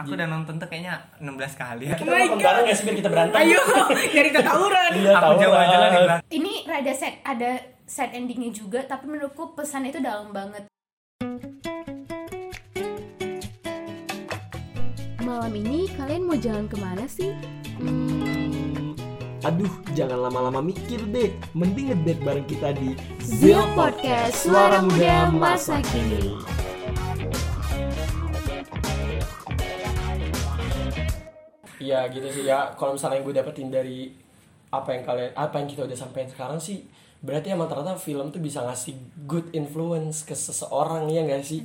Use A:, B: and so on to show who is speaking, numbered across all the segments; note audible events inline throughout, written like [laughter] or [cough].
A: Aku udah nonton tuh kayaknya 16 kali ya.
B: Iya. Kita
C: my
B: nonton
C: God.
B: bareng ya sih biar kita berantem.
C: Ayo, dari tawuran.
B: Iya,
A: Aku
B: tahu
A: jauh aja lah di
B: lah.
A: belakang.
D: ini rada sad ada sad endingnya juga tapi menurutku pesan itu dalam banget
E: Malam ini kalian mau jalan kemana sih?
B: Hmm, Aduh, jangan lama-lama mikir deh. Mending ngedate bareng kita di
E: Zio Podcast, suara muda masa kini.
B: Ya gitu sih ya. Kalau misalnya yang gue dapetin dari apa yang kalian, apa yang kita udah sampaikan sekarang sih, berarti emang ternyata film tuh bisa ngasih good influence ke seseorang ya nggak sih?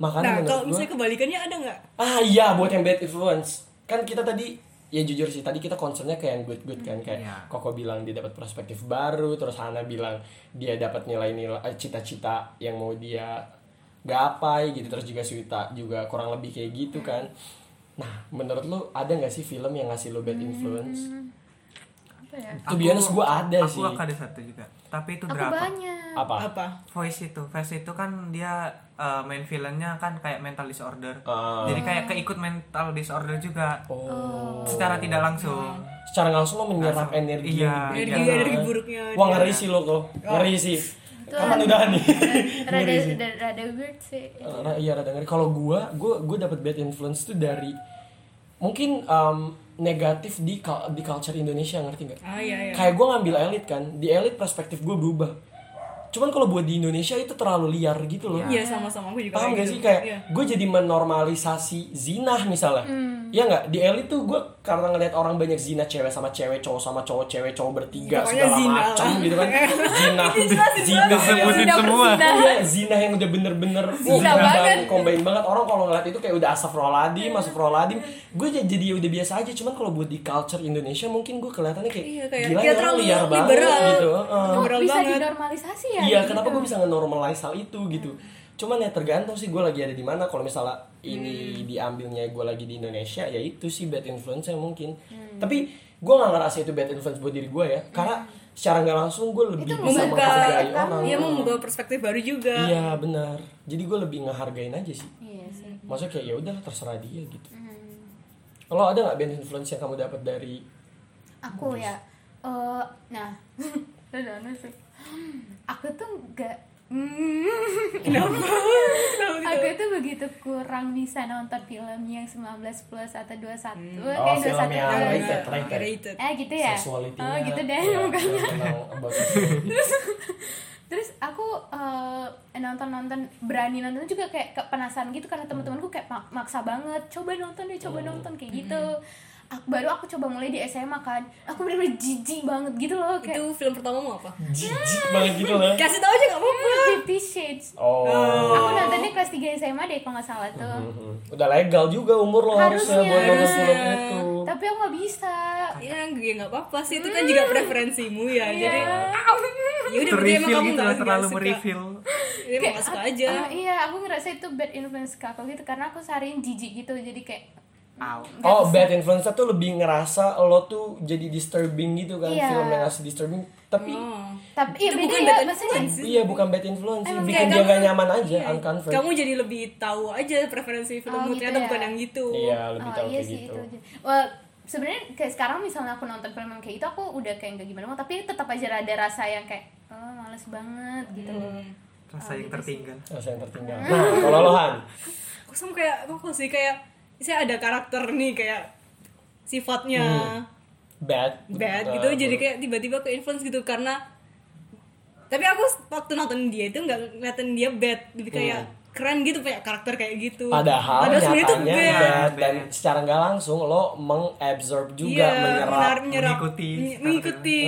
B: Makanya
C: Nah, kalau
B: menurut gue,
C: misalnya kebalikannya ada nggak?
B: ah iya buat yang bad influence. Kan kita tadi ya jujur sih tadi kita concernnya kayak yang good good kan kayak
A: Iya.
B: Koko bilang dia dapat perspektif baru, terus Hana bilang dia dapat nilai-nilai eh, cita-cita yang mau dia gapai gitu, terus juga Swita juga kurang lebih kayak gitu kan. Nah, menurut lu ada nggak sih film yang ngasih lu bad influence?
D: apa ya
B: To be honest, gua ada sih.
A: Aku ada satu juga. Tapi itu
D: aku
A: drama.
D: banyak
B: Apa?
C: Apa?
A: Voice itu, Voice itu kan dia eh, main filmnya kan kayak mental disorder.
B: Ah.
A: Jadi kayak keikut mental disorder juga.
B: Oh.
A: Secara tidak langsung.
B: Secara langsung lo menyerap
A: Langsung.
B: energi.
A: Iya.
B: yang
C: Energi,
B: diberikan.
C: energi buruknya. iya. Oh.
B: Wah, ngeri sih lo kok. Ngeri sih. Kapan udahan nih?
D: rada
B: [laughs] Ngeri Iya, sih.
D: rada, rada weird sih
B: Ra- iya rada ngeri. Kalau gua, gua gua dapat bad influence tuh dari mungkin um, negatif di kal- di culture Indonesia ngerti nggak?
C: Ah, iya, iya.
B: Kayak gua ngambil elit kan, di elit perspektif gua berubah. Cuman kalau buat di Indonesia itu terlalu liar gitu loh.
C: Iya, sama-sama aku juga.
B: Paham
C: kayak
B: gak
C: gitu.
B: sih kayak
C: Iya.
B: gue jadi menormalisasi zina misalnya. Iya nggak? Di elit tuh gue karena ngeliat orang banyak zina cewek sama cewek, cowok sama cowok, cewek cowok bertiga
C: Pokoknya
B: segala
C: zina
B: macam
C: lah. [laughs] Iya,
B: gitu kan. Zina. zina. yang-
A: Disebutin semua.
B: Iya, zina yang udah bener-bener
D: Zina
B: combine-
D: banget.
B: combine banget orang kalau ngeliat itu kayak udah asaf roladim,
C: Iya.
B: asaf roladim. Gue jadi ya udah biasa aja, cuman kalau buat di culture Indonesia mungkin gue kelihatannya kayak
C: Iya, kayak
B: gila
C: dia
B: ya, orang
C: terlalu
B: liar banget
C: liberal.
B: gitu. Heeh.
D: Kok
C: Ngobrol
D: bisa
C: banget.
D: dinormalisasi ya
B: Iya, kenapa gue bisa nge-normalize hal itu gitu. Cuman ya tergantung sih gue lagi ada di mana. Kalau misalnya ini diambilnya gue lagi di Indonesia, ya itu sih bad influence mungkin. Tapi gue gak ngerasa itu bad influence buat diri gue ya. Karena secara nggak langsung gue lebih
D: Itu
B: bisa
C: membuka
B: menghargai
D: kamu.
B: orang.
C: Iya, mau membuka perspektif baru juga.
B: Iya, benar. Jadi gue lebih ngehargain aja sih.
D: Iya sih
B: Maksudnya kayak ya udah terserah dia gitu. Kalau ada nggak bad influence yang kamu dapat dari
D: aku ya eh nah [laughs] Udah aneh sih. aku tuh nggak
B: [laughs]
D: Hmm.
B: gitu?
D: aku tuh begitu kurang bisa nonton film yang 19 plus atau 21
B: Oh, film yang
D: plus.
B: rated
C: Iya,
B: rated.
C: rated.
D: eh gitu ya
B: sexuality?
D: oh gitu deh
B: Ya,
D: mukanya
B: tentang about sexuality.
D: terus aku nonton nonton berani nonton juga kayak ke- penasaran gitu karena teman-temanku kayak ma- maksa banget coba nonton deh
C: Oh.
D: coba nonton kayak gitu Ak- baru aku coba mulai di SMA kan aku bener-bener jijik banget gitu loh
C: Itu
D: kayak
C: film pertama mau apa?
B: Jijik banget gitu loh.
C: Kasih tahu aja gak apa-apa.
D: Fifty Shades
B: Oh.
D: aku nontonnya kelas 3 SMA deh kalau nggak salah tuh
B: Mhm. Udah legal juga umur lo gitu. harusnya,
D: Harusnya,
B: buat nonton
C: harusnya. Iya.
B: film itu.
D: tapi aku nggak bisa
C: Ya, gue gak apa-apa sih. Itu kan
D: Hmm.
C: juga preferensimu ya.
D: Iya.
C: Jadi, ya udah berarti emang
A: Terreveal
C: kamu
A: gitu
C: gak
A: lah, terlalu
C: suka.
A: mereveal.
C: Ya, emang gak suka aja.
D: Ah, iya aku ngerasa itu bad influence ke aku gitu karena aku seharian jijik gitu jadi kayak
A: Au.
D: nggak
B: Oh,
D: bisa.
B: bad influencer tuh lebih ngerasa lo tuh jadi disturbing gitu kan,
D: Iya.
B: film yang ngasih disturbing. Tapi
C: Oh.
D: tapi iya
C: Itu
D: beda
C: bukan
D: ya
C: bad
D: maksudnya
C: influence.
B: iya bukan bad influence, sih.
D: Emang
B: bikin
C: kayak
B: dia
C: kamu-
B: gak nyaman aja,
C: Iya.
B: uncomfort.
C: Kamu jadi lebih tahu aja preferensi filmmu
D: gitu
C: ternyata
D: ya.
C: bukan yang gitu.
B: Iya, lebih
D: Oh,
B: tahu
D: iya
B: kayak
D: sih,
B: gitu.
D: itu aja. Well, sebenarnya kayak sekarang misalnya aku nonton film yang kayak itu aku udah kayak nggak gimana mau tapi tetap aja ada rasa yang kayak oh males banget gitu
C: Hmm.
A: Rasa yang tertinggal.
B: Rasa yang tertinggal. Nah, kalau lo Han,
C: Aku sama kayak kok sih kayak saya ada karakter nih kayak sifatnya
B: Hmm. bad.
C: bad
B: Nah,
C: gitu jadi kayak tiba-tiba ke influence gitu karena tapi aku waktu nonton dia itu nggak ngeliatin dia bad lebih kayak keren gitu punya karakter kayak gitu
B: Hmm. Padahal,
C: sebenarnya itu
B: nyatanya
C: bad
B: bad, dan secara nggak langsung lo mengabsorb juga,
C: Iya,
B: menyerap.
C: menar- menyerap-
A: mengikuti
C: meng- mengikuti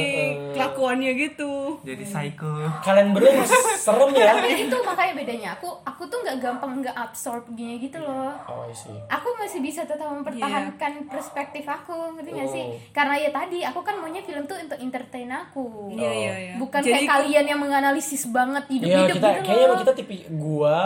C: kelakuannya gitu
A: Jadi psycho.
D: Iya.
B: Kalian berdua masih serem
C: [laughs]
B: ya.
D: Tapi Nah, itu makanya bedanya aku aku tuh nggak gampang nggak absorb gini gitu loh
B: Oh, I see.
D: aku masih bisa tetap mempertahankan perspektif aku ngerti nggak sih
B: Iya. Oh.
D: karena ya tadi aku kan maunya film tuh untuk entertain
B: Oh.
D: aku
C: Iya, iya, iya.
D: bukan
C: Jadi-
D: kayak kalian yang menganalisis banget
B: Iya
D: hidup-hidup
B: kita
D: gitu
B: kayaknya
D: loh
B: emang kita tipi gua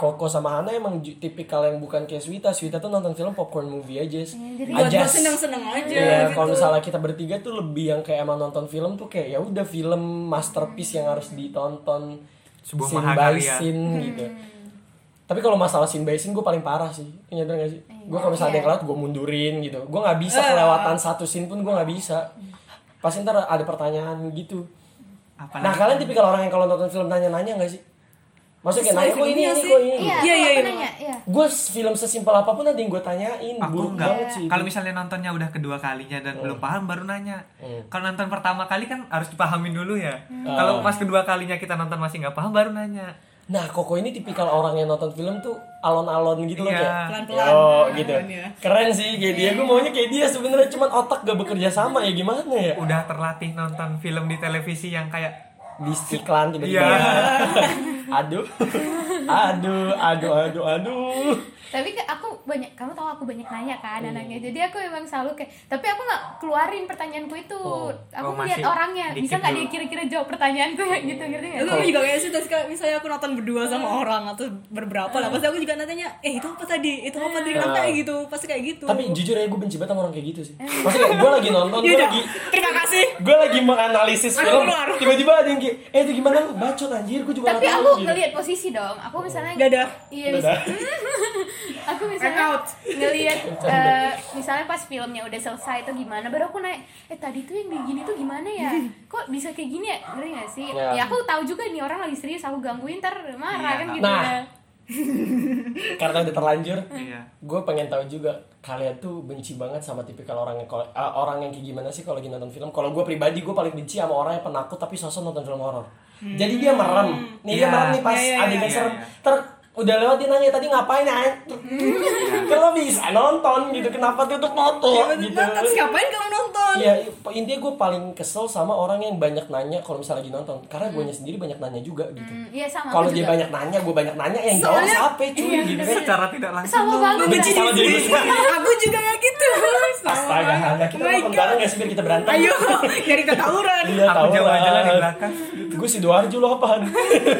B: Koko sama Hana emang ju- tipikal yang bukan kayak Swita Swita tuh nonton film popcorn movie aja s-
D: jadi
C: buat
B: aja
C: buat
B: s-
C: seneng-seneng aja
B: Iya,
C: gitu.
B: kalau misalnya kita bertiga tuh lebih yang kayak emang nonton film tuh kayak ya udah film masterpiece yang harus ditonton
A: Sebuah
B: scene by
A: mahakarya.
B: scene gitu. tapi kalau masalah scene by scene gue paling parah sih Iya nyadar gak sih gue kalau misalnya ada yang kelewat gue mundurin gitu gue nggak bisa kelewatan satu scene pun gue nggak bisa pasti ntar ada pertanyaan gitu
A: Apa
B: nah kalian tipikal orang yang kalau nonton film nanya-nanya gak sih maksudnya kayak nanya
C: Sesuai
B: kok ini
C: filmnya
B: ini
C: sih.
B: kok ini
D: Iya,
C: Iya, iya,
D: aku
C: iya.
D: nanya, iya.
B: gue film sesimpel apapun nanti yang gue tanyain
A: Aku
B: buruk
A: enggak.
B: banget sih
C: Iya.
A: kalau misalnya nontonnya udah kedua kalinya dan belum paham baru nanya kalau nonton pertama kali kan harus dipahamin dulu ya kalau pas kedua kalinya kita nonton masih nggak paham baru nanya
B: nah koko ini tipikal orang yang nonton film tuh alon-alon gitu loh
A: Iya.
B: kayak
C: Pelan-pelan.
B: yo, gitu
C: Iya.
B: keren sih kayak dia gue maunya kayak dia sebenarnya cuman otak gak bekerja sama ya gimana ya
A: udah terlatih nonton film di televisi yang kayak
B: di iklan tiba-tiba
A: Iya.
B: [laughs] aduh aduh aduh aduh aduh
D: tapi ke- aku banyak kamu tahu aku banyak nanya kan
B: Iya.
D: anaknya jadi aku emang selalu kayak tapi aku nggak keluarin pertanyaanku itu
B: Oh.
D: aku
A: Oh,
D: melihat
A: masih
D: orangnya
A: dikit
D: bisa nggak
A: dulu.
D: dia kira-kira jawab pertanyaanku ya gitu ngerti
B: Iya,
D: nggak
C: Aku juga kayak sih, terus kalau misalnya aku nonton berdua
D: Iya.
C: sama orang atau berberapa lah, pasti aku juga nanya, eh itu apa tadi, itu apa tadi, kenapa kayak gitu, pasti kayak gitu.
B: Iya. tapi jujur ya gue benci banget sama orang kayak gitu sih maksudnya gue lagi nonton gue
C: Yaudah,
B: lagi
C: terima kasih.
B: gue lagi menganalisis
C: Aduh,
B: film
C: keluar.
B: tiba-tiba ada yang kayak eh itu gimana lu bacot anjir gue juga
D: tapi
B: nggak tahu,"
D: aku
B: gitu.
D: ngelihat posisi dong aku misalnya
C: Dadah.
D: iya mis-
B: Oh. Dadah.
D: [laughs] aku misalnya
B: [laughs]
D: ngelihat eh, misalnya pas filmnya udah selesai itu gimana baru aku naik eh tadi tuh yang kayak gini tuh gimana
B: [laughs]
D: ya kok bisa kayak gini ya ngerti nggak sih
B: Ya.
D: ya aku tahu juga nih orang lagi serius aku gangguin ntar
A: Iya.
D: marah kan gitu
B: Nah.
D: ya
B: karena udah terlanjur
C: Hmm.
A: iya
B: gue pengen tahu juga kalian tuh benci banget sama tipikal orang yang kalau- ah, orang yang kayak gimana sih kalau lagi nonton film kalau gue pribadi gue paling benci sama orang yang penakut tapi sosok nonton film horor jadi dia merem nih dia
A: Iya.
B: merem nih pas
C: Hmm. Iya, iya,
B: adegan
A: iya,
B: serem
A: iya.
B: ter udah lewat dia nanya tadi ngapain ya
C: Hmm.
B: [laughs] kalau bisa nonton gitu kenapa tutup
C: Iya,
B: motor gitu
C: Nonton, terus ngapain kamu nonton?
B: Iya, intinya gue paling kesel sama orang yang banyak nanya kalau misalnya lagi nonton karena gue sendiri banyak nanya juga gitu
D: Hmm, iya sama
B: kalau
D: aku
B: dia
D: juga.
B: banyak nanya gue banyak nanya yang jawab
D: Soalnya-
B: siapa cuy
D: iya,
B: gitu kan
A: secara tidak langsung
D: sama banget
B: benci
D: Bray.
B: sama diri gue sendiri
C: [laughs] aku juga gak gitu.
B: Astaga, Hana, kita
C: Oh my
B: nonton
C: God.
B: bareng gak sih biar kita berantem?
C: Ayo, dari ketawuran.
B: Iya,
A: aku
B: tahu
A: jauh aja lah di
B: lah.
A: belakang
B: Gue si Doarjo lo apaan?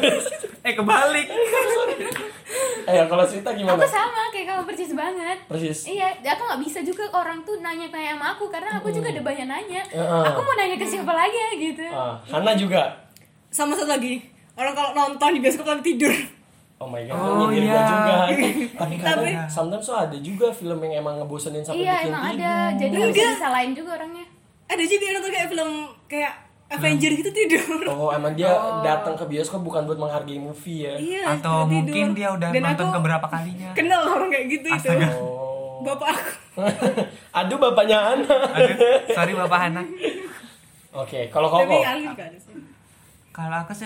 A: [laughs] eh kebalik
B: Ayo, Eh, kalau cerita gimana?
D: aku sama kayak kamu persis banget
B: Persis.
D: iya aku nggak bisa juga orang tuh nanya nanya sama aku karena aku juga ada banyak nanya
B: Hmm. Heeh.
D: aku mau nanya ke siapa lagi ya gitu
B: Ah, Hana juga.
C: Sama satu lagi, orang kalau nonton di bioskop lagi tidur.
B: Oh my god,
A: Oh,
B: oh, nyindir gua
A: iya.
B: juga. Tapi kadang,
A: Tapi-
B: sometimes tuh ada juga film yang emang ngebosenin sampai
D: iya
B: bikin
D: emang
B: tidur.
D: ada jadi
C: Iya,
D: nggak bisa
C: dia-
D: disalahin juga orangnya
C: Ada juga yang nonton kayak film kayak Avenger gitu tidur.
B: Oh, emang dia datang ke bioskop bukan buat menghargai movie ya?
C: Iya,
A: atau
C: tidur.
A: mungkin dia udah
C: Dan
A: nonton
C: aku
A: keberapa kalinya
C: Kenal orang kayak gitu itu.
A: Astaga.
B: Oh.
C: Bapak aku.
B: [laughs] Aduh, bapaknya Hana.
A: Aduh, sorry bapak Hana
B: Oke, kalau
C: Tapi
B: Koko.
C: Alif gak ada sih.
A: kalau aku sih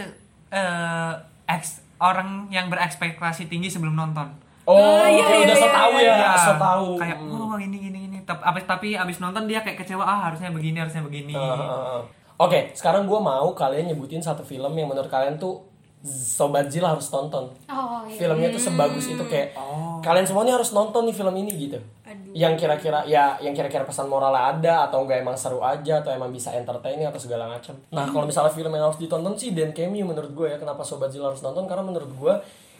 A: eh, eks- orang yang berekspektasi tinggi sebelum nonton
B: Oh,
C: Oh, iya, iya,
B: udah so
C: iya,
B: tau ya,
A: Iya.
B: so tau.
A: kayak oh ini gini gini tapi abis, tapi abis nonton dia kayak kecewa ah harusnya begini harusnya begini
B: Heeh. Oke, sekarang gue mau kalian nyebutin satu film yang menurut kalian tuh Sobat Zil harus tonton.
D: oh iya
B: Filmnya tuh sebagus itu kayak kalian semua nih harus nonton nih film ini gitu. Yang kira-kira ya yang kira-kira pesan moralnya ada atau enggak emang seru aja atau emang bisa entertaining atau segala macam. Nah, kalau misalnya film yang harus ditonton sih Dan Cameo menurut gue ya. Kenapa Sobat Zil harus nonton? Karena menurut gue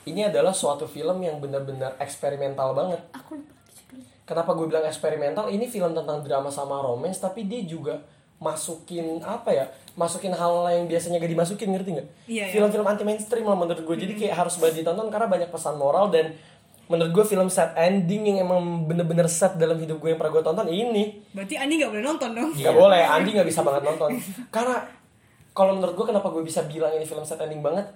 B: ini adalah suatu film yang benar-benar eksperimental banget
D: aku lupa judulnya.
B: kenapa gue bilang eksperimental ini film tentang drama sama romance tapi dia juga masukin apa ya masukin hal yang biasanya gak dimasukin ngerti nggak
C: Iya, iya.
B: film-film anti mainstream lah menurut gue jadi kayak harus banget ditonton karena banyak pesan moral dan menurut gue film set ending yang emang bener-bener set dalam hidup gue yang pernah gue tonton ini
C: Berarti Ani gak boleh nonton dong.
B: Gak boleh, Andi gak bisa banget nonton Karena kalau menurut gue kenapa gue bisa bilang ini film set ending banget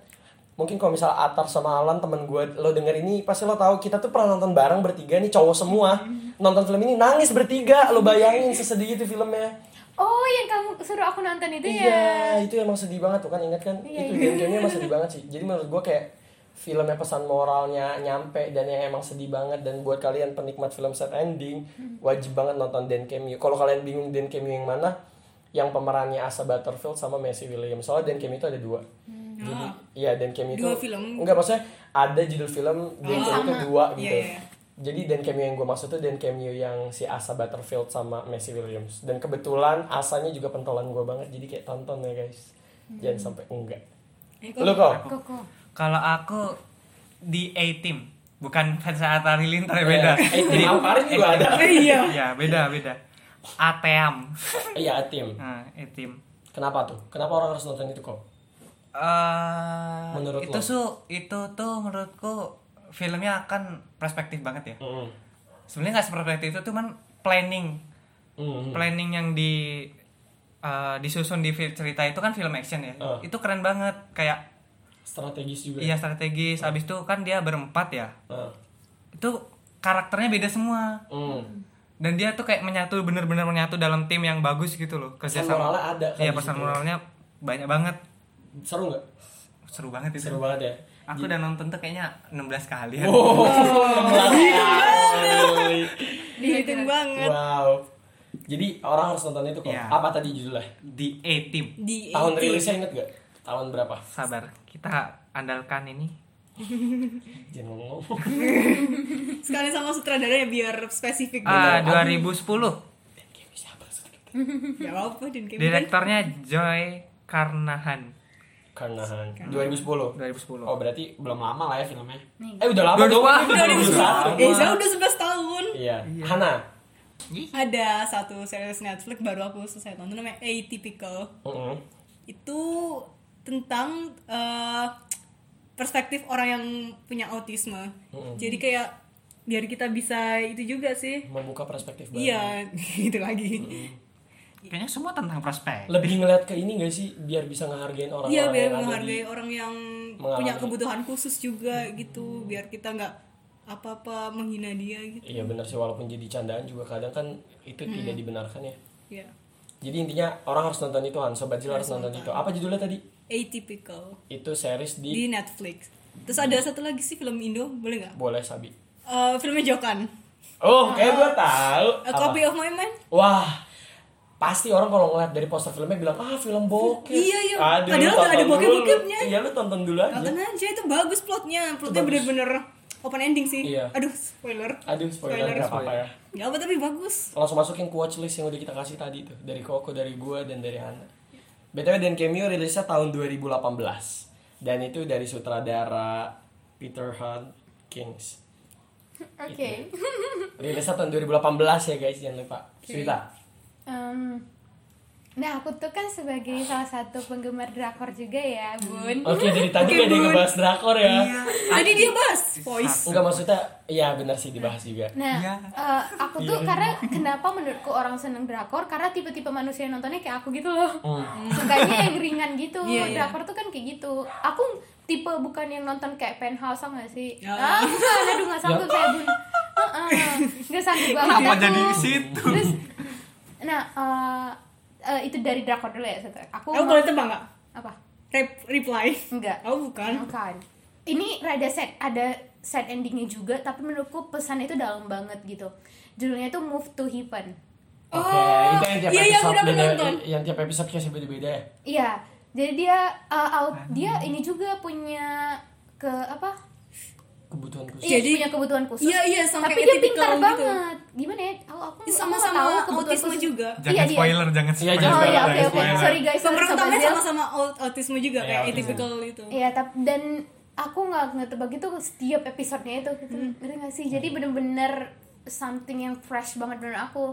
B: Mungkin kalau misalnya Atar sama Alan temen gue lo denger ini Pasti lo tahu kita tuh pernah nonton bareng bertiga nih cowok semua Nonton film ini nangis bertiga Lo bayangin sesedih itu filmnya
D: oh yang kamu suruh aku nonton itu ya
B: Iya, itu emang sedih banget tuh kan ingat kan?
D: Iya,
B: itu
D: iya.
B: game-gamenya
D: [laughs]
B: emang sedih banget sih. Jadi menurut gue kayak filmnya pesan moralnya nyampe dan yang emang sedih banget dan buat kalian penikmat film set ending
D: Hmm.
B: wajib banget nonton Dan Cameo. Kalau kalian bingung Dan Cameo yang mana, yang pemerannya Asa Butterfield sama Messi Williams. Soalnya Dan Cameo itu ada dua.
D: Hmm.
B: Jadi iya Dan Cameo itu
C: Dua film. Oh,
B: Enggak maksudnya ada judul film Dan Cameo itu dua gitu.
C: Iya, iya.
B: Jadi Dan Cameo yang gue maksud tuh Dan Cameo yang si Asa Butterfield sama Messi Williams. Dan kebetulan Asanya juga pentolan gue banget, jadi kayak tonton ya guys. Jangan sampai enggak.
C: Hmm. Eh, kok-
B: Lu kok?
D: koko
A: kalau aku di A Team bukan [laughs] Vanessa Atarilin tapi
B: [laughs]
A: beda
B: Eh, tim Amparin juga ada.
C: Eh, iya.
A: Iya, beda beda Ateam
B: Iya, tim.
A: nah, A Team
B: Kenapa tuh? Kenapa orang harus nonton itu kok?
A: Eh,
B: Menurut
A: itu
B: lo?
A: su itu tuh menurutku filmnya akan perspektif banget ya
B: Mm,
A: sebenarnya nggak seperspektif itu cuman planning
B: mm,
A: planning yang di eh, disusun di fil- cerita itu kan film action ya
B: Ah.
A: itu keren banget kayak
B: strategis juga
A: iya strategis habis itu kan dia berempat ya
B: Ah,
A: itu karakternya beda semua
B: mm.
A: dan dia tuh kayak menyatu bener-bener menyatu dalam tim yang bagus gitu loh
B: Pesan
A: kerjasama
B: moralnya ada kan
A: iya
B: di
A: pesan
B: situ.
A: moralnya banyak banget
B: seru nggak
A: seru banget itu
B: seru banget ya
A: aku udah nonton tuh kayaknya 16 kali ya
B: wow.
C: dihitung banget
B: wow jadi orang harus nonton itu kok
A: Iya.
B: apa tadi judulnya
A: di A Team
C: di
B: tahun
C: 80.
B: rilisnya inget gak tahun berapa
A: sabar kita andalkan ini
B: jangan ngomong
C: sekali sama sutradaranya biar spesifik
A: ah
B: Bener.
A: 2010
B: siapa sih?
C: ya apa dan kayak
A: direktornya Joy Karnahan
B: karena 2010
A: 2010
B: oh berarti belum lama lah ya filmnya
D: Nih.
B: eh udah lama
A: Udah
B: dong
A: lama.
C: eh saya udah 11 tahun
B: iya Hana
C: ada satu series Netflix baru aku selesai tonton namanya Atypical
B: Mm-mm.
C: itu tentang eh, perspektif orang yang punya autisme jadi kayak biar kita bisa itu juga sih
B: membuka perspektif baru
C: iya [laughs] itu lagi
A: kayaknya semua tentang prospek
B: lebih ngeliat ke ini gak sih biar bisa ngehargain orang-orang
C: Iya biar
B: yang ada
C: menghargai
B: di-
C: orang yang
B: mengalami.
C: punya kebutuhan khusus juga gitu biar kita nggak apa-apa menghina dia gitu
B: iya benar sih walaupun jadi candaan juga kadang kan itu tidak dibenarkan ya
C: ya
B: jadi intinya orang harus nonton itu Han sobat Zil harus nonton itu apa judulnya tadi
C: atypical
B: itu series di,
C: di Netflix terus ada satu lagi sih film Indo boleh nggak
B: boleh Sabi
C: Eh, filmnya Jokan
B: oh kayak gue tahu
C: A
B: Apa?
C: Copy of My Mind
B: wah pasti orang kalau ngeliat dari poster filmnya bilang ah film bokep
C: Iya, iya.
B: Aduh,
C: Padahal nggak ada
B: tonton dulu.
C: bokep-bokepnya.
B: iya lu tonton dulu aja
C: Nonton aja itu bagus plotnya plotnya bener-bener open ending sih
B: Iya.
C: aduh spoiler
B: aduh spoiler nggak apa-apa ya
C: nggak apa tapi bagus
B: langsung masukin ke watchlist yang udah kita kasih tadi tuh dari Koko, dari gua dan dari Hana. BTW dan Cameo rilisnya tahun 2018 dan itu dari sutradara Peter Hunt Kings.
D: Oke.
B: Gitu ya. Rilisnya tahun 2018 ya guys jangan lupa. Cerita.
D: Em, nah aku tuh kan sebagai salah satu penggemar drakor juga ya,
B: Hmm.
D: Bun.
B: Oke dari tadi gak ada yang ngebahas drakor ya.
C: tadi dia bahas voice
B: Enggak maksudnya ya benar sih dibahas juga.
D: Nah,
A: Iya.
D: eh, aku tuh karena kenapa menurutku orang seneng drakor karena tipe-tipe manusia yang nontonnya kayak aku gitu loh.
A: Oh.
D: [laughs] Sukanya yang ringan gitu.
C: Iya, iya.
D: Drakor tuh kan kayak gitu. Aku tipe bukan yang nonton kayak penthouse tau nggak sih?
C: Ya.
D: Ah, aduh nggak sanggup kayak bun. Heeh. Nggak sanggup banget.
A: Ya. kenapa
D: aku.
A: jadi ke situ
D: Terus, nah eh, eh, itu dari drakor dulu ya. satu. Aku
C: kamu
D: mau-
C: boleh tebak nggak
D: apa?
C: Rep- reply
D: Enggak.
C: oh bukan
D: Bukan. Ini rada sad, ada sad endingnya juga, tapi menurutku pesan itu dalam banget gitu. Judulnya itu Move to Heaven.
C: Oh,
B: itu yang tiap
C: iya, iya,
B: episode
C: aku udah
B: beda,
C: nonton.
B: yang tiap episode kayak beda-beda ya.
D: Iya, jadi dia uh,
B: Ah.
D: out- dia ini juga punya ke apa?
B: Kebutuhan khusus.
D: Iya,
C: Jadi-
D: punya kebutuhan khusus.
C: Iya, iya, sama
D: tapi
C: kayak
D: dia
C: typical
D: pintar
C: gitu.
D: banget. Gimana ya? Aku aku
C: Ini
D: aku
C: sama-sama
D: nggak tahu kebutuhan
C: autisme
D: khusus.
C: juga.
A: jangan
D: iya,
A: spoiler jangan
B: Iya,
A: spoiler
D: Dia.
B: jangan
D: Oh iya, oke
B: spoiler, jangan
D: oke.
B: spoiler.
D: Sorry guys, sorry sobat
C: Pemeran utamanya
D: Zil.
C: sama-sama aut- autisme juga
B: Iya,
C: kayak
B: autisme.
C: atypical itu.
D: Iya, tapi dan aku nggak ngetebak gitu setiap episodenya itu gitu.
C: Hmm.
D: Ngerti nggak sih? Jadi bener-bener something yang fresh banget menurut aku.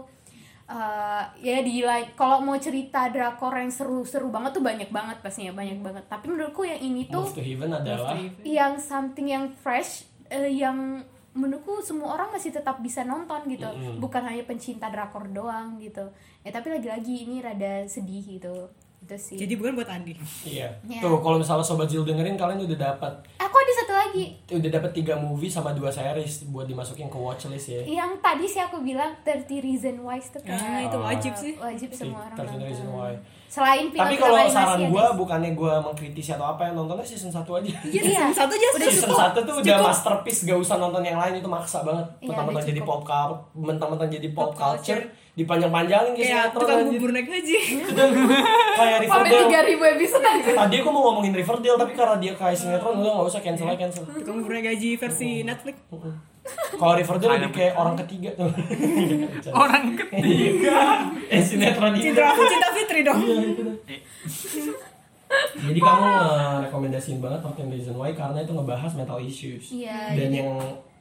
D: Eh, ya di like kalau mau cerita drakor yang seru-seru banget tuh banyak banget pastinya banyak banget tapi menurutku yang ini tuh
B: Move to Heaven adalah
D: yang something yang fresh eh, yang menurutku semua orang masih tetap bisa nonton gitu bukan hanya pencinta drakor doang gitu ya tapi lagi-lagi ini rada sedih gitu itu sih
C: Jadi bukan buat Andi.
B: Iya.
D: Iya.
B: Tuh kalau misalnya sobat Zil dengerin kalian udah dapat
D: aku ada satu lagi
B: udah dapat tiga movie sama dua series buat dimasukin ke watchlist ya.
D: yang tadi sih aku bilang 30 Reason Why itu kan
C: Ah, itu wajib sih.
D: wajib semua orang
B: 30 Reason
D: nonton.
B: Why.
D: selain film
B: Tapi kalau saran gue bukannya gue mengkritisi atau apa yang nontonnya season 1 aja.
D: Iya.
C: Iya, season satu aja
D: Udah
B: [laughs] season 1
C: cukup.
B: tuh udah masterpiece gak usah nonton yang lain itu maksa banget.
D: Iya,
B: Mentang-mentang
D: udah
B: jadi
D: cukup.
B: pop culture, mentang-mentang jadi pop
C: Pop culture.
B: culture dipanjang-panjangin kayak
C: Kayak
B: sinetron
C: tukang
B: anjir.
C: bubur naik haji.
B: [laughs] Kayak Riverdale.
D: ribu episode aja
B: Tadi aku mau ngomongin Riverdale tapi karena dia kayak sinetron udah gak usah cancel aja cancel.
C: tukang bubur naik haji
B: Oh.
C: versi Netflix.
B: Kalau Riverdale lebih kayak orang ketiga
C: [laughs]
B: tuh.
C: Oh,
A: orang ketiga
C: iya.
B: [laughs] eh sinetron itu.
C: Cinta Cinta Fitri dong.
B: Iya, Jadi eh, kamu rekomendasiin banget Top 10 Reason Why karena itu ngebahas mental issues
D: Iya,
B: dan yang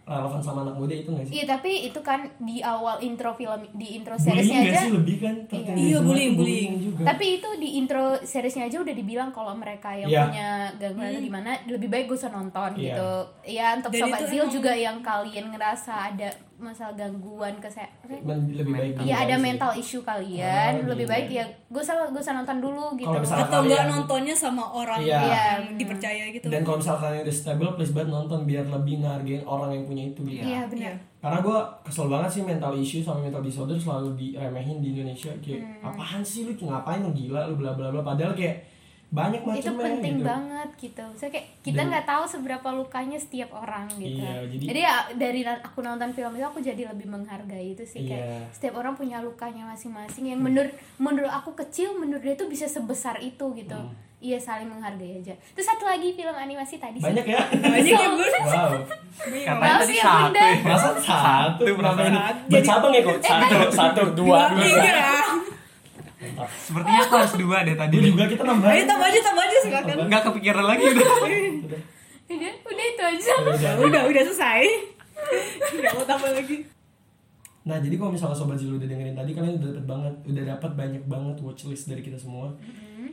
B: relevan sama anak muda itu nggak sih
D: Iya tapi itu kan di awal intro film di intro
F: bullying
D: seriesnya
B: iya
F: nggak
D: aja.
F: sih lebih kan terkait
C: Iya,
F: sama
C: bullying,
F: juga
D: Tapi itu di intro seriesnya aja udah dibilang kalau mereka yang
B: Iya.
D: punya gangguan atau gimana lebih baik gue usah nonton
B: Iya.
D: gitu. Ya untuk
C: Hmm. Dan
D: sobat
C: itu
D: Zil
C: emang-
D: juga yang kalian ngerasa ada masalah gangguan kesehatan.
B: Men- lebih baik
D: Ya
B: gimana
D: ada
B: sih?
D: mental issue kalian,
B: Ah,
D: lebih
B: iya.
D: baik ya gue usah gue usah nonton dulu gitu.
B: Kalau misalnya-
C: atau nggak
B: kalian-
C: nontonnya sama orang
B: Iya.
C: yang dipercaya gitu
B: dan kalau misalkan kalian udah stabil please banget nonton biar lebih ngargain orang yang punya itu gitu
D: Iya benar.
B: karena gue kesel banget sih mental issue sama mental disorder selalu diremehin di Indonesia kayak
D: Hmm.
B: apaan sih lu ngapain lu gila lu bla bla bla padahal kayak banyak macamnya
D: Itu penting
B: gitu.
D: banget gitu. Saya kayak kita nggak tahu seberapa lukanya setiap orang gitu.
B: Iya, jadi-
D: ya dari na- aku nonton film itu aku jadi lebih menghargai itu sih kayak
B: Iya.
D: setiap orang punya lukanya masing-masing yang menurut menurut aku kecil menurut dia itu bisa sebesar itu gitu.
B: Hmm.
D: Iya saling menghargai aja. Terus satu lagi film animasi tadi sih. [laughs]
B: banyak ya
C: banyak ya bun
B: wow
A: Katanya
D: Maaf
A: tadi
D: ya,
A: satu.
D: Bunda.
A: ya.
B: perasaan satu
A: perasaan
B: perasaan bercabang ya kok satu
D: Eh,
B: satu dua dua
C: Iya.
A: Sepertinya aku harus dua deh tadi.
B: Ini juga kita
C: Ayo
B: nambahin
C: tambah aja tambah aja silakan
A: Enggak kepikiran lagi udah.
D: Udah, Iya, udah itu aja.
C: Ya udah udah selesai nggak mau tambah lagi
B: Nah, jadi kalau misalnya sobat Zilu udah dengerin tadi kalian udah dapat banget, udah dapat banyak banget watchlist dari kita semua.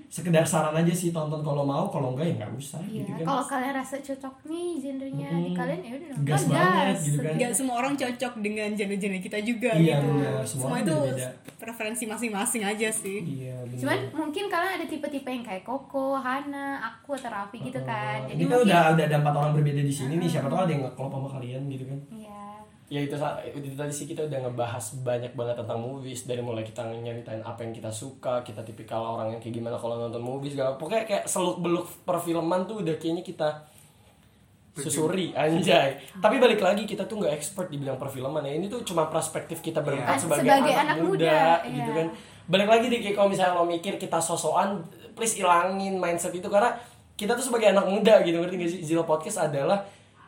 B: Sekedar saran aja sih tonton kalau mau, kalau enggak ya nggak usah
D: Mm-hmm. Iya,
B: gitu kan. Hmm.
D: kalau kalian rasa cocok nih gendernya di kalian ya udah nonton
B: Gas banget gitu kan.
C: nggak semua orang cocok dengan genre-genre kita juga
B: Iya,
C: gitu
B: benar. Semua
C: semua
B: orang
C: itu
B: beda-beda.
C: preferensi masing-masing aja sih
B: Iya, bener.
D: Cuman mungkin kalian ada tipe-tipe yang kayak Koko, Hana, aku atau Raffi
B: Oh,
D: gitu kan.
B: Jadi
D: Jadi
B: kita
D: mungkin
B: udah udah ada empat orang berbeda di sini nih, siapa tahu ada yang ngeklop sama kalian gitu kan.
D: Iya.
B: Ya itu, sa- itu tadi sih kita udah ngebahas banyak banget tentang movies dari mulai kita nyeritain apa yang kita suka, kita tipikal orang yang kayak gimana kalau nonton movies, segala pokoknya kayak seluk-beluk perfilman tuh udah kayaknya kita susuri anjay. Tapi balik lagi kita tuh nggak expert di bidang perfilman ya. Ini tuh cuma perspektif kita berempat
D: Iya.
B: sebagai,
D: Sebagai
B: anak,
D: anak
B: muda,
D: muda,
B: gitu
D: iya.
B: kan. Balik lagi deh kayak kalau
C: Ya.
B: misalnya lo mikir kita sosokan, please ilangin mindset itu karena kita tuh sebagai anak muda gitu ngerti gak sih? Zila Podcast adalah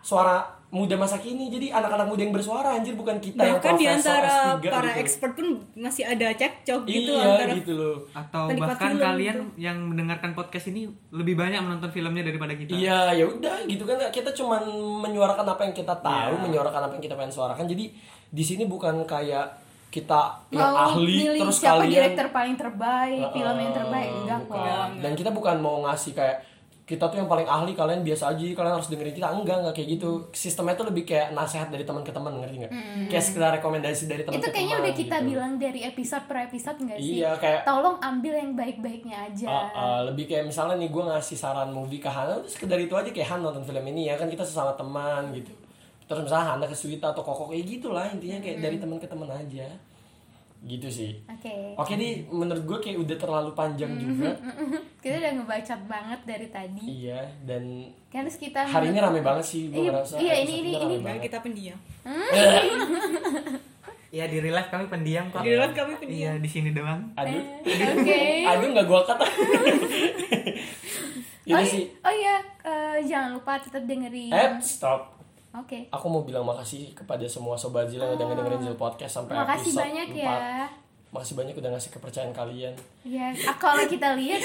B: suara muda masa kini. Jadi anak-anak muda yang bersuara anjir bukan kita yang
C: bahkan di
B: profesor
C: antara
B: S3
C: para
B: gitu.
C: expert pun masih ada cekcok gitu
B: Iya
C: antara
B: gitu loh.
A: Atau
C: Penikmat
A: bahkan
C: film
A: kalian yang mendengarkan podcast ini lebih banyak menonton filmnya daripada kita.
B: Iya, ya udah gitu kan kita cuman menyuarakan apa yang kita tahu,
C: Iya.
B: menyuarakan apa yang kita pengen suarakan. Jadi di sini bukan kayak kita yang
D: mau
B: Ya, ahli
D: milih
B: terus
D: siapa
B: kalian
D: direktur paling terbaik, film yang
B: Eh,
D: terbaik enggak kok.
B: bukan. Dan kita bukan mau ngasih kayak kita tuh yang paling ahli kalian biasa aja kalian harus dengerin kita enggak enggak kayak gitu sistemnya tuh lebih kayak nasihat dari teman ke teman ngerti nggak kayak sekedar rekomendasi dari teman
D: Itu
B: ke
D: kayaknya
B: teman,
D: udah kita
B: gitu.
D: bilang dari episode per episode enggak sih?
B: Iya, kayak-
D: tolong ambil yang baik-baiknya aja.
B: Ah, ah, lebih kayak misalnya nih gue ngasih saran movie ke Hana terus sekedar itu aja kayak Han nonton film ini ya kan kita sesama teman gitu terus misalnya Hana ke Suita atau Koko kayak gitu lah intinya kayak dari teman ke teman aja gitu sih
D: Oke. [laughs]
B: oke nih menurut gue kayak udah terlalu panjang juga
D: Kita udah ngebaca banget dari tadi.
B: iya dan
D: Kan terus kita
B: hari ini rame banget sih gue
D: Iya,
B: ngerasa
D: iya,
B: hari
D: ini-
B: Sabtu
D: ini-
B: rame
D: ini
C: dan
B: banget.
C: Nah, kita pendiam
A: Ya di real life kami pendiam kok.
C: di dalam kami pendiam
A: Iya di sini doang.
B: aduh
D: [laughs] Oke.
B: aduh nggak gue
D: [laughs]
B: kata
D: Oh,
B: [laughs] ini
D: iya-
B: sih
D: oh iya, eh, jangan lupa tetap dengerin.
B: eh stop
D: Oke.
B: aku mau bilang makasih kepada semua sobat Zil yang udah dengerin Zil podcast sampai
D: Oh. Makasih
B: episode
D: banyak
B: 4.
D: ya.
B: Makasih banyak udah ngasih kepercayaan kalian.
D: Yes. Ah, kalau kita lihat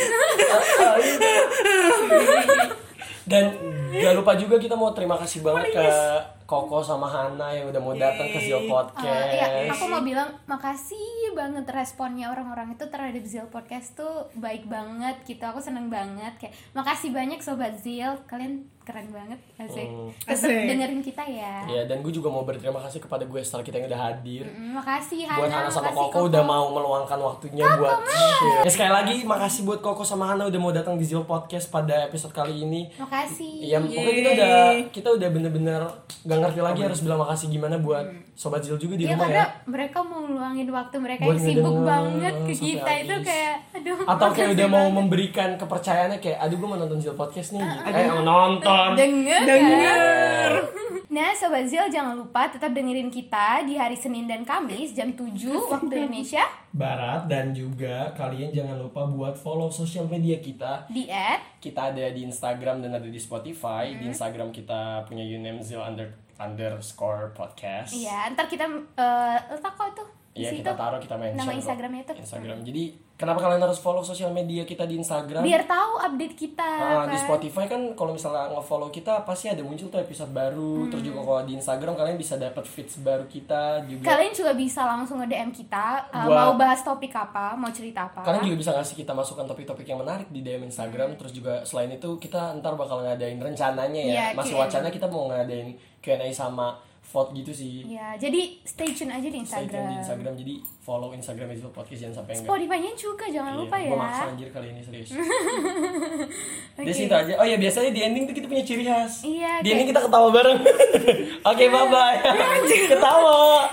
B: Dan gak lupa juga kita mau terima kasih banget ke Koko sama Hana yang udah mau datang ke
D: Oh,
B: Zil podcast.
D: iya, aku mau bilang makasih banget responnya orang-orang itu terhadap Zil Podcast tuh baik banget gitu. Aku seneng banget kayak makasih banyak sobat Zil, kalian keren banget asik.
B: Oh.
D: Tetep
C: Asik.
D: dengerin kita ya.
B: Ya, dan gue juga mau berterima kasih kepada gue star kita yang udah hadir.
D: Mm, makasih Hana,
B: buat Hana sama
D: makasih
B: Koko, udah mau meluangkan waktunya buat Ya, sekali lagi makasih buat Koko sama Hana udah mau datang di Zil Podcast pada episode kali ini.
D: Makasih.
B: Iya, pokoknya kita udah kita udah bener-bener gak ngerti lagi harus bilang makasih gimana buat sobat Zil juga di
D: Hmm. Iya,
B: rumah
D: karena
B: ya.
D: mereka mau ngeluangin waktu mereka
B: Buat
D: yang sibuk
B: ngedenger
D: banget ke
B: sampai
D: kita itu
B: habis.
D: kayak aduh.
B: [laughs] Atau kayak
D: makasih
B: udah mau
D: banget.
B: memberikan kepercayaannya kayak aduh gue mau nonton Zil podcast nih. gitu. Eh, mau nonton.
D: Denger. kan?
C: dengar
D: Nah, Sobat Zil jangan lupa tetap dengerin kita di hari Senin dan Kamis jam 7 waktu Indonesia
B: Barat dan juga kalian jangan lupa buat follow sosial media kita.
D: di at
B: Kita ada di Instagram dan ada di Spotify.
D: Mm-hmm.
B: Di Instagram kita punya username Zil under, underscore podcast.
D: Iya, ntar kita eh letak kok tuh
B: Iya
D: Isi
B: kita
D: itu
B: taruh kita mention
D: nama
B: kok.
D: Instagramnya itu.
B: Instagram. Jadi kenapa kalian harus follow sosial media kita di Instagram?
D: biar tahu update kita
B: Ah,
D: kan.
B: di Spotify kan kalau misalnya nge-follow kita pasti ada muncul tuh episode
D: Hmm.
B: baru. Terus juga kalau di Instagram kalian bisa dapat feeds baru kita juga.
D: Kalian juga bisa langsung nge-DM kita uh,
B: Buat-
D: mau bahas topik apa, mau cerita apa. Hmm.
B: Kalian juga bisa ngasih kita masukan topik-topik yang menarik di DM Instagram. Terus juga selain itu kita ntar bakal ngadain rencananya
D: Iya,
B: ya. Masih
D: Q&A.
B: wacana kita mau ngadain Q&A sama vote gitu sih.
D: Ya, jadi stay tune aja di
B: Stay tune
D: Instagram.
B: di Instagram. Jadi follow Instagram itu podcast jangan sampai enggak.
D: Spotify-nya juga jangan lupa ya.
B: Gue maksa anjir kali ini
D: [laughs]
B: serius. Jadi situ aja. Oh iya biasanya di ending tuh kita punya ciri khas.
D: Gitu. Iya,
B: Di
D: kayak-
B: ending kita
D: [laughs]
B: [laughs] ketawa bareng. Oke bye bye. ketawa.